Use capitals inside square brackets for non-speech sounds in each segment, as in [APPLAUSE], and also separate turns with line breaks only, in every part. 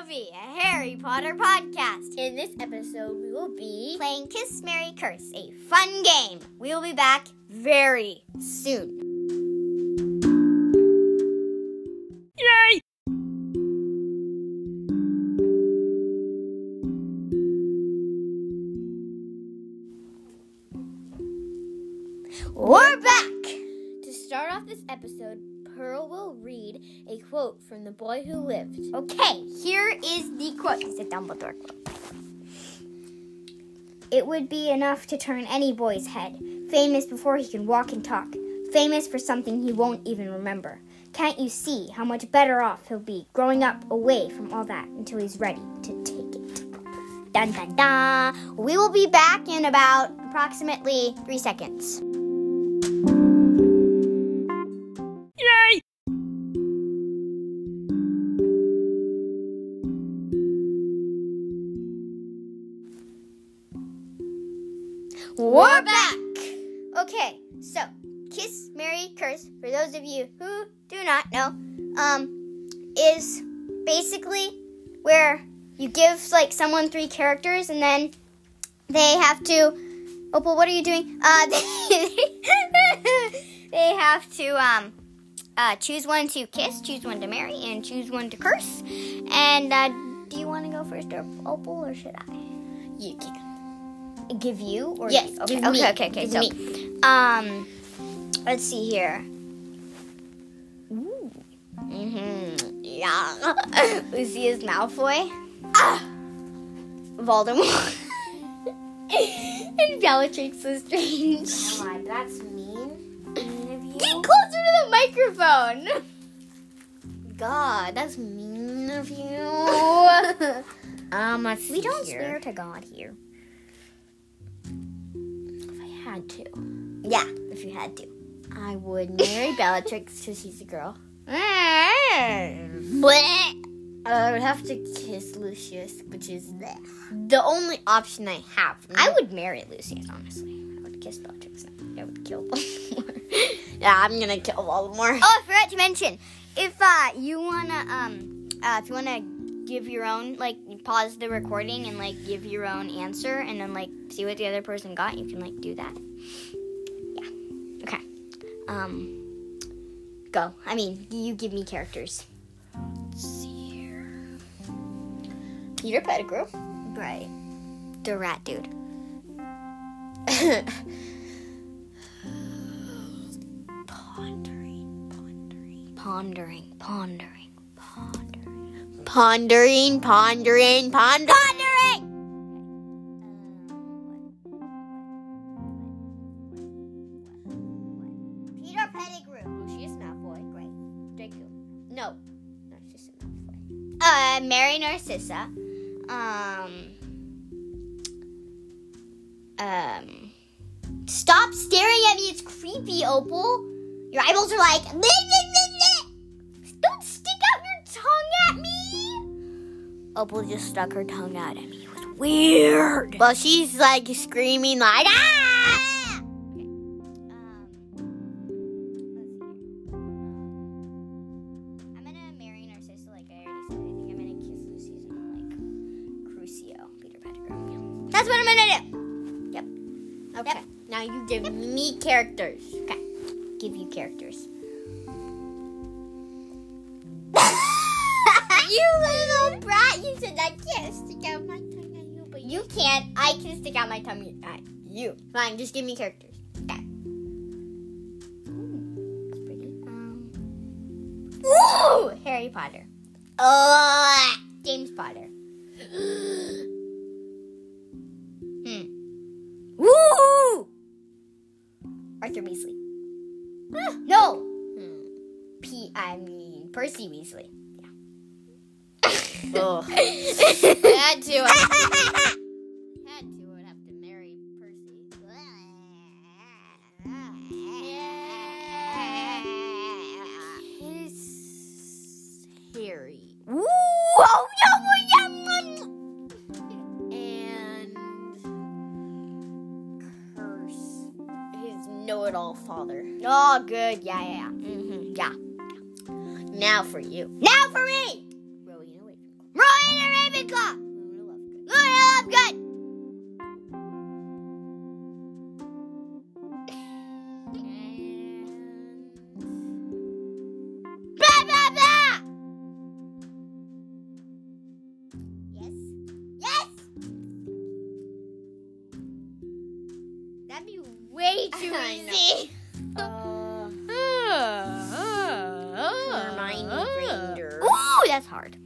Movie, a Harry Potter podcast.
In this episode, we will be
Playing Kiss, Mary, Curse, a fun game. We will be back very soon. Yay! We're back!
to start off this episode. Pearl will read a quote from the boy who lived.
Okay, here is the quote. It's a Dumbledore quote. It would be enough to turn any boy's head. Famous before he can walk and talk. Famous for something he won't even remember. Can't you see how much better off he'll be growing up away from all that until he's ready to take it? Dun dun dun! We will be back in about approximately three seconds. We're back! Okay, so Kiss, Mary, Curse, for those of you who do not know, um, is basically where you give like someone three characters and then they have to Opal, what are you doing? Uh [LAUGHS] they, they have to um uh, choose one to kiss, choose one to marry, and choose one to curse. And uh, do you want to go first, Opal, or should I?
You can.
give you or
Yes,
okay
give
okay,
me.
okay okay
Give
so um let's see here mm-hmm yeah [LAUGHS] Lucius Malfoy ah! Voldemort [LAUGHS] and Bellatrix Lestrange
that's mean. mean
get closer to the microphone
God, that's mean
[LAUGHS]
of you.
oh
um, let's
we
see
don't
here.
swear to God here
If I had to,
yeah if you had to
I would [LAUGHS] marry Bellatrix because she's a girl.
Bleh.
I would have to kiss Lucius, which is the only option I have.
I would marry Lucius, honestly. I would kiss Bellatrix. I would kill [LAUGHS] Voldemort.
yeah, I'm gonna kill Voldemort.
oh, I forgot to mention, if uh, you wanna um, uh, if you wanna give your own, like, you pause the recording and like give your own answer, and then like see what the other person got, you can like do that. Yeah. Okay. Um. Go. I mean, you give me characters.
Peter Pettigrew.
Right. The rat dude. [LAUGHS]
pondering, [LAUGHS] pondering,
Pondering. Pondering. Pondering.
pondering, pondering, pondering.
Pondering. Peter Pettigrew.
Lucius Malfoy.
Great.
Draco. No, Narcissa Malfoy.
Uh, Mary Narcissa. Um. Um. Stop staring at me. It's creepy, Opal. Your eyeballs are like. "Bleh, bleh, bleh, bleh." Don't stick out your tongue at me. Opal just stuck her tongue out at me. It was weird.
Well, she's like screaming like ah.
Um, Um, I'm gonna marry Narcissa, like I already said. I think I'm gonna kiss Lucius and like Crucio, Peter Pettigrew. That's what I'm gonna do. [LAUGHS]
Okay. Now you give me characters.
Okay, give you characters.
[LAUGHS] you little brat! You said I can't stick out my tongue at you, but
You can't. I can stick out my tummy.
at you. Fine, just give me characters.
Um. Ooh, Harry Potter.
Ugh.
James Potter. hmm. Woo! Arthur Weasley. [GASPS] no. Hmm. P. I mean Percy Weasley.
Ugh. I
Yeah.
had to. I had to. I would have to marry Percy. Kiss Harry
Woo! Oh, no, no, no.
[LAUGHS] and curse his know-it-all father.
Oh, good. Yeah, yeah, yeah. Mm-hmm. Yeah.
Now for you.
Now for me,
Rowena Whitfield.
Ryan crazy.
Uh,
Hermione Granger.
Ooh, that's hard.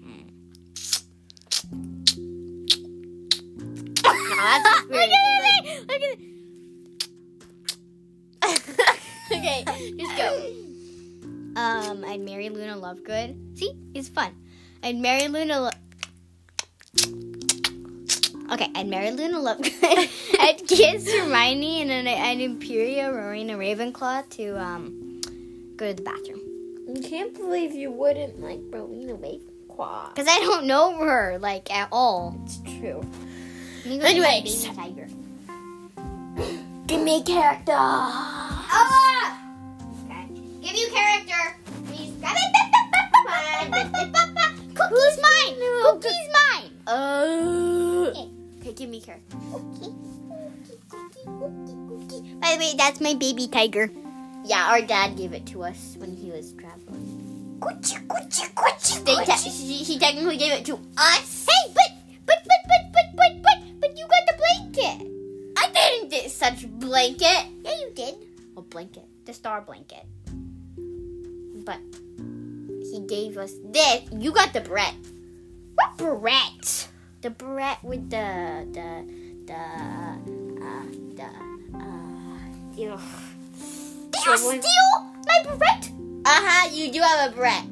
[LAUGHS]
that's
Look at it! Look at [LAUGHS] it!
okay, just go.
Um, I'd marry Luna Lovegood. See, it's fun. I'd marry Luna. Lo- okay, I'd marry Luna Lovegood. [LAUGHS] I'd kiss Hermione and then I'd Imperia Rowena Ravenclaw to um go to the bathroom
I can't believe you wouldn't like Rowena Ravenclaw.
because I don't know her like at all.
It's true.
Me going to my
Anyways.
baby tiger.
Give me character.
Ah! Okay. Give you character. Please grab [LAUGHS] it. Cookie's mine. Cookie's mine.
Uh,
Okay, give me her. Okay. By the way, that's my baby tiger.
yeah, our dad gave it to us when he was traveling.
Coochie, coochie, coochie,
They te-
coochie.
he, he technically gave it to
Us? Hey, but, but, but, but, but, but, but, but you got the blanket.
I didn't get such blanket.
Yeah, you did.
A blanket.
The star blanket.
But he gave us this. You got the Brett.
What Brett?
The Brett with the the the uh the uh ugh.
Did you
Someone-
steal my Brett?
Uh-huh, you do have a Brett.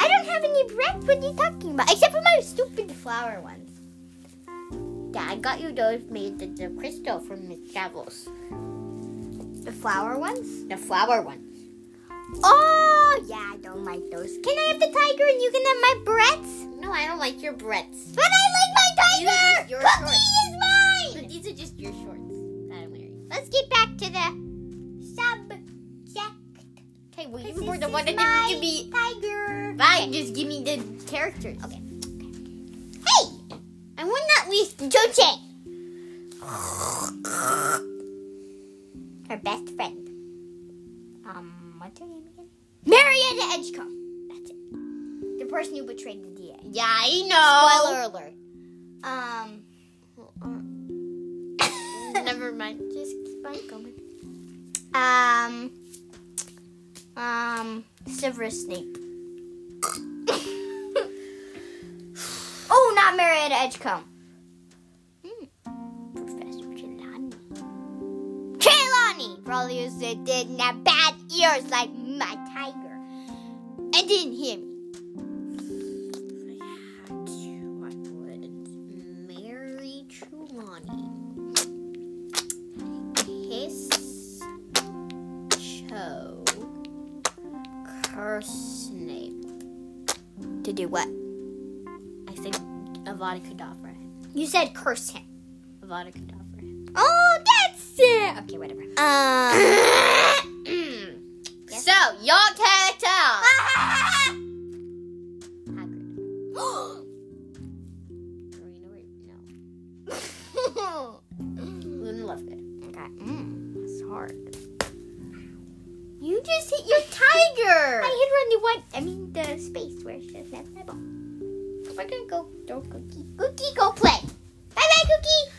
I don't have any Brett. What are you talking about? Except for my stupid flower ones.
Yeah, I got you those made the, the crystal from the travels.
The flower ones?
The flower one.
Oh, yeah, I don't like those. Can I have the tiger and you can have my Bretts?
No, I don't like your Bretts.
But I like my tiger!
Use your
Cookie
shorts.
is mine!
But these are just your shorts that I'm wearing.
Let's get back to the subject.
Okay, well
This
you were the
is
one that
my
didn't give me
tiger.
Fine, just give me the characters.
Okay. Hey! I will not leave Joche. Her best friend. Um, what's her name again? Marietta Edgecombe. That's it. The person who betrayed the DA.
Yeah, I know.
Spoiler alert. Um.
[LAUGHS] Never mind. Just keep on going.
Um. Um. Severus Snape. oh, not Marietta Edgecombe. Hmm. Professor Trelawney. Trelawney! For all you that didn't have bad ears like my tiger and didn't hear me.
I would marry Trelawney. Kiss Cho. Curse Snape.
To do what?
I said Avada Kedavra.
You said curse him.
Avada Kedavra.
Oh, that's it! Okay, whatever. Uh. [COUGHS] Um.
So, your
[LAUGHS]
character! Hagrid. Marina Ra- No.
[GASPS]
Luna Lovegood.
Okay. Mm, that's hard. You just hit your tiger. [LAUGHS] I hit her on the one. I mean the space where she doesn't have my ball. We're gonna go throw Cookie. Cookie, go play. Bye, bye, Cookie.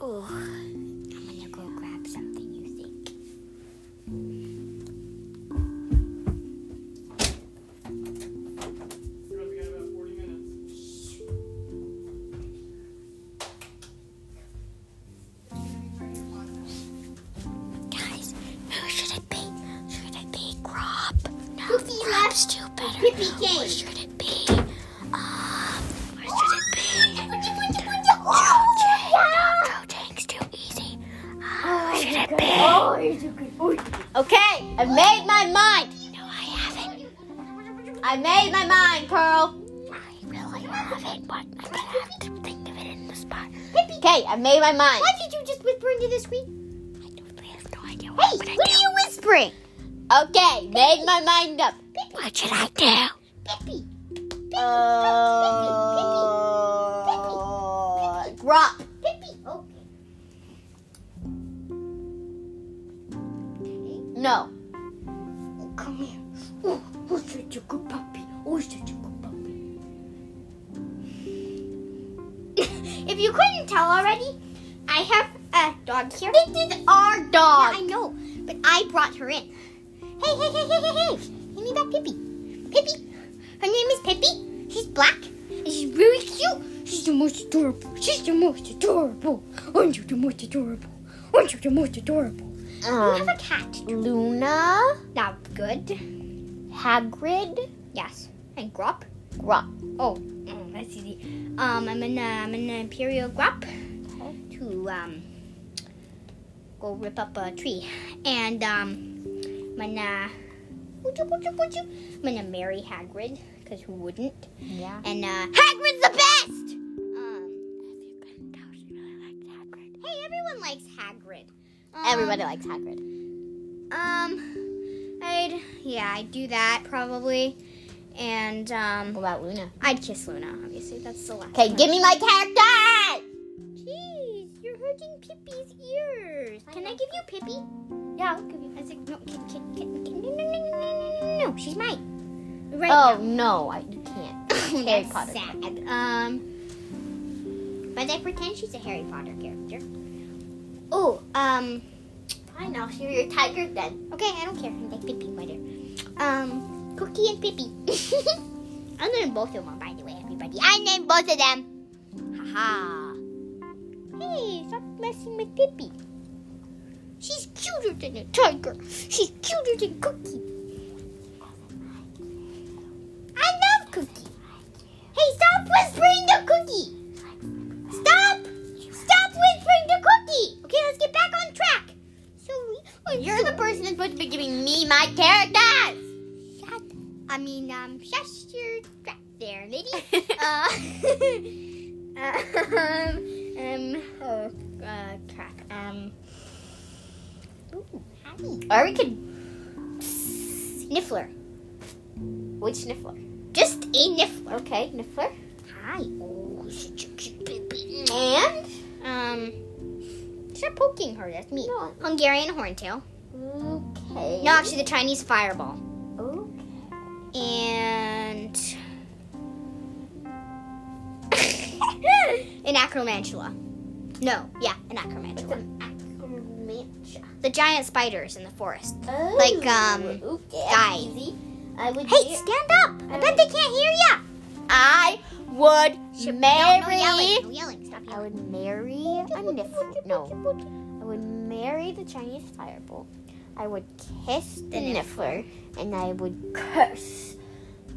Oh, I'm gonna go grab something. You think?
We got about 40 minutes.
Guys, who should it be? Should it be Grop? No, Cookie Grop's too better. Pippi Who should it be? Um, who should it be? Jojo Tank's too easy. Um,
Oh,
who should it be?
Okay, I made my mind!
No, I haven't.
I made my mind, Carl!
I really haven't. What? I'm gonna have to think of it in the spot.
Okay, I made my mind.
Why did you just whisper into the screen? I totally have no idea what hey, I'm gonna what do. are you whispering?
Okay, made my mind up.
What should I do? Pippi.
Uh, Grop.
Pippi. Okay.
No.
Come here. Oh, oh, such a good puppy. Oh, such a good puppy. if you couldn't tell already, I have a a dog here?
This is our dog.
Yeah, I know, but I brought her in. Hey, hey, hey, hey, hey, hey! Give me back Pippi. Pippi. Her name is Pippi. She's black, and she's really cute. She's the most adorable. She's the most adorable. Aren't you the most adorable? Aren't you the most adorable? I have
Um,
a cat.
Luna,
Now, good.
Hagrid,
Yes. And Grop.
Grop.
Oh, mm, that's easy. Um, I'm in, uh, I'm in an Imperial Grop to um, go rip up a tree. And um, I'm gonna, woochoo, woochoo, woochoo. I'm gonna marry Hagrid, because who wouldn't?
Yeah.
And uh, Hagrid's the best! Um, hey, everyone likes Hagrid. Um,
Everybody likes Hagrid.
Um, I'd, yeah, I'd do that probably. And um,
What about Luna?
I'd kiss Luna, obviously. That's the last.
Okay, give me my character.
Jeez, you're hurting Pippi's ears. Can I give you Pippi?
Yeah, I'll give you.
I was like, no, kid, kid, kid, kid. No, no, no, no, no, no, no, no. She's mine. Right
Oh no, I you [LAUGHS] can't.
now.
Harry
That's
Potter.
Sad. Um, but I pretend she's a Harry Potter character. Oh, um,
Fine, I'll share your tiger then.
okay, I don't care. I like Pippi better. Um, Cookie and Pippi. [LAUGHS] I named both of them, by the way, everybody. I named both of them.
Haha.
Hey, stop messing with Pippi. She's cuter than a tiger. She's cuter than Cookie. I love Cookie. Hey, stop whispering to Cookie. Stop! Stop whispering to Cookie. Okay, let's get back on track. So we,
You're the person that's supposed to be giving me my characters.
Shut. I mean, um, shush your trap there, lady. uh, [LAUGHS] um, um, oh, uh, crap. Um, ooh, honey.
Or we could.
Sniffler.
Which Sniffler?
Just a niffler.
Okay, Niffler.
Hi. Oh, such a cute baby.
And
Um, stop poking her. That's me.
No.
Hungarian horntail.
okay.
No, actually, the Chinese fireball.
Oh.
[LAUGHS] And. an acromantula. No, yeah, an acromantula. the giant spiders in the forest.
Oh,
Like, um,
okay,
guy.
easy. I would.
Hey,
do-
stand up! I bet they can't hear ya.
I would
No,
marry.
no yelling! No yelling! Stop
I
yelling!
would marry a Niffler. No, I would marry the Chinese fireball. I would kiss the, Niffler, and I would curse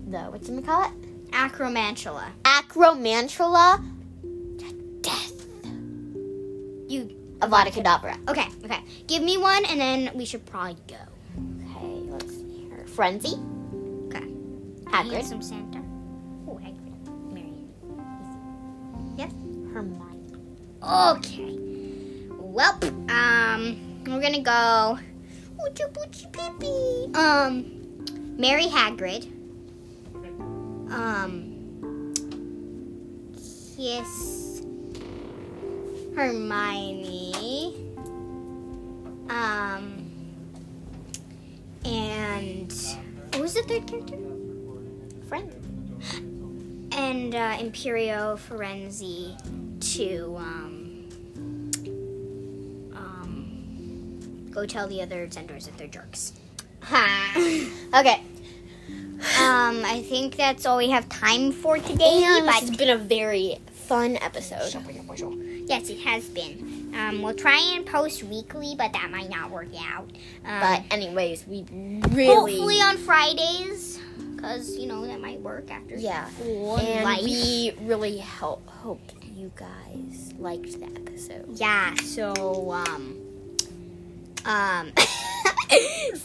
the what's it call it?
Acromantula.
Acromantula to death.
You-
Avada Kedavra.
Okay, okay. Give me one, and then we should probably go.
Okay, let's see here. Frenzy.
Okay.
Hagrid.
Some Santa. Oh, Hagrid. Marion.
Hermione.
Okay. Welp. Um, we're gonna go. Oochie boochie peepee. Um, Mary Hagrid. Um, kiss Hermione. Um, and what was the third character?
Friend.
And uh, Imperio Ferenzi to um, um, go tell the other Centaurs that they're jerks. [LAUGHS] Ha.
Okay.
um, I think that's all we have time for today.
And
but
Oh, this has been a very fun episode.
yes, it has been. Um, we'll try and post weekly, but that might not work out. Um,
But anyways, we really
hopefully on Fridays, because you know that might work after.
Yeah.
school and
And
life.
we really help, hope you guys liked the episode.
Yeah, so um um [LAUGHS]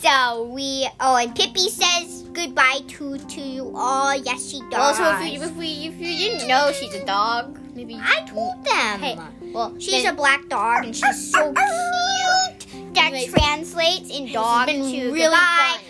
so we oh and Pippi says goodbye to to you all. Yes she does.
Also, if Oh, you, if, we, if you didn't know she's a dog, maybe you-
I told them.
Hey, well,
She's
then
a black
[LAUGHS]
dog and she's so cute. That
Anyways,
translates in dog
been
to
really
goodbye.
fun.